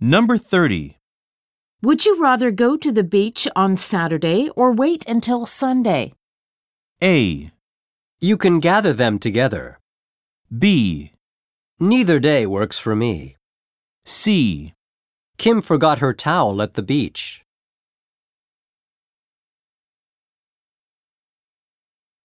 Number 30. Would you rather go to the beach on Saturday or wait until Sunday? A. You can gather them together. B. Neither day works for me. C. Kim forgot her towel at the beach.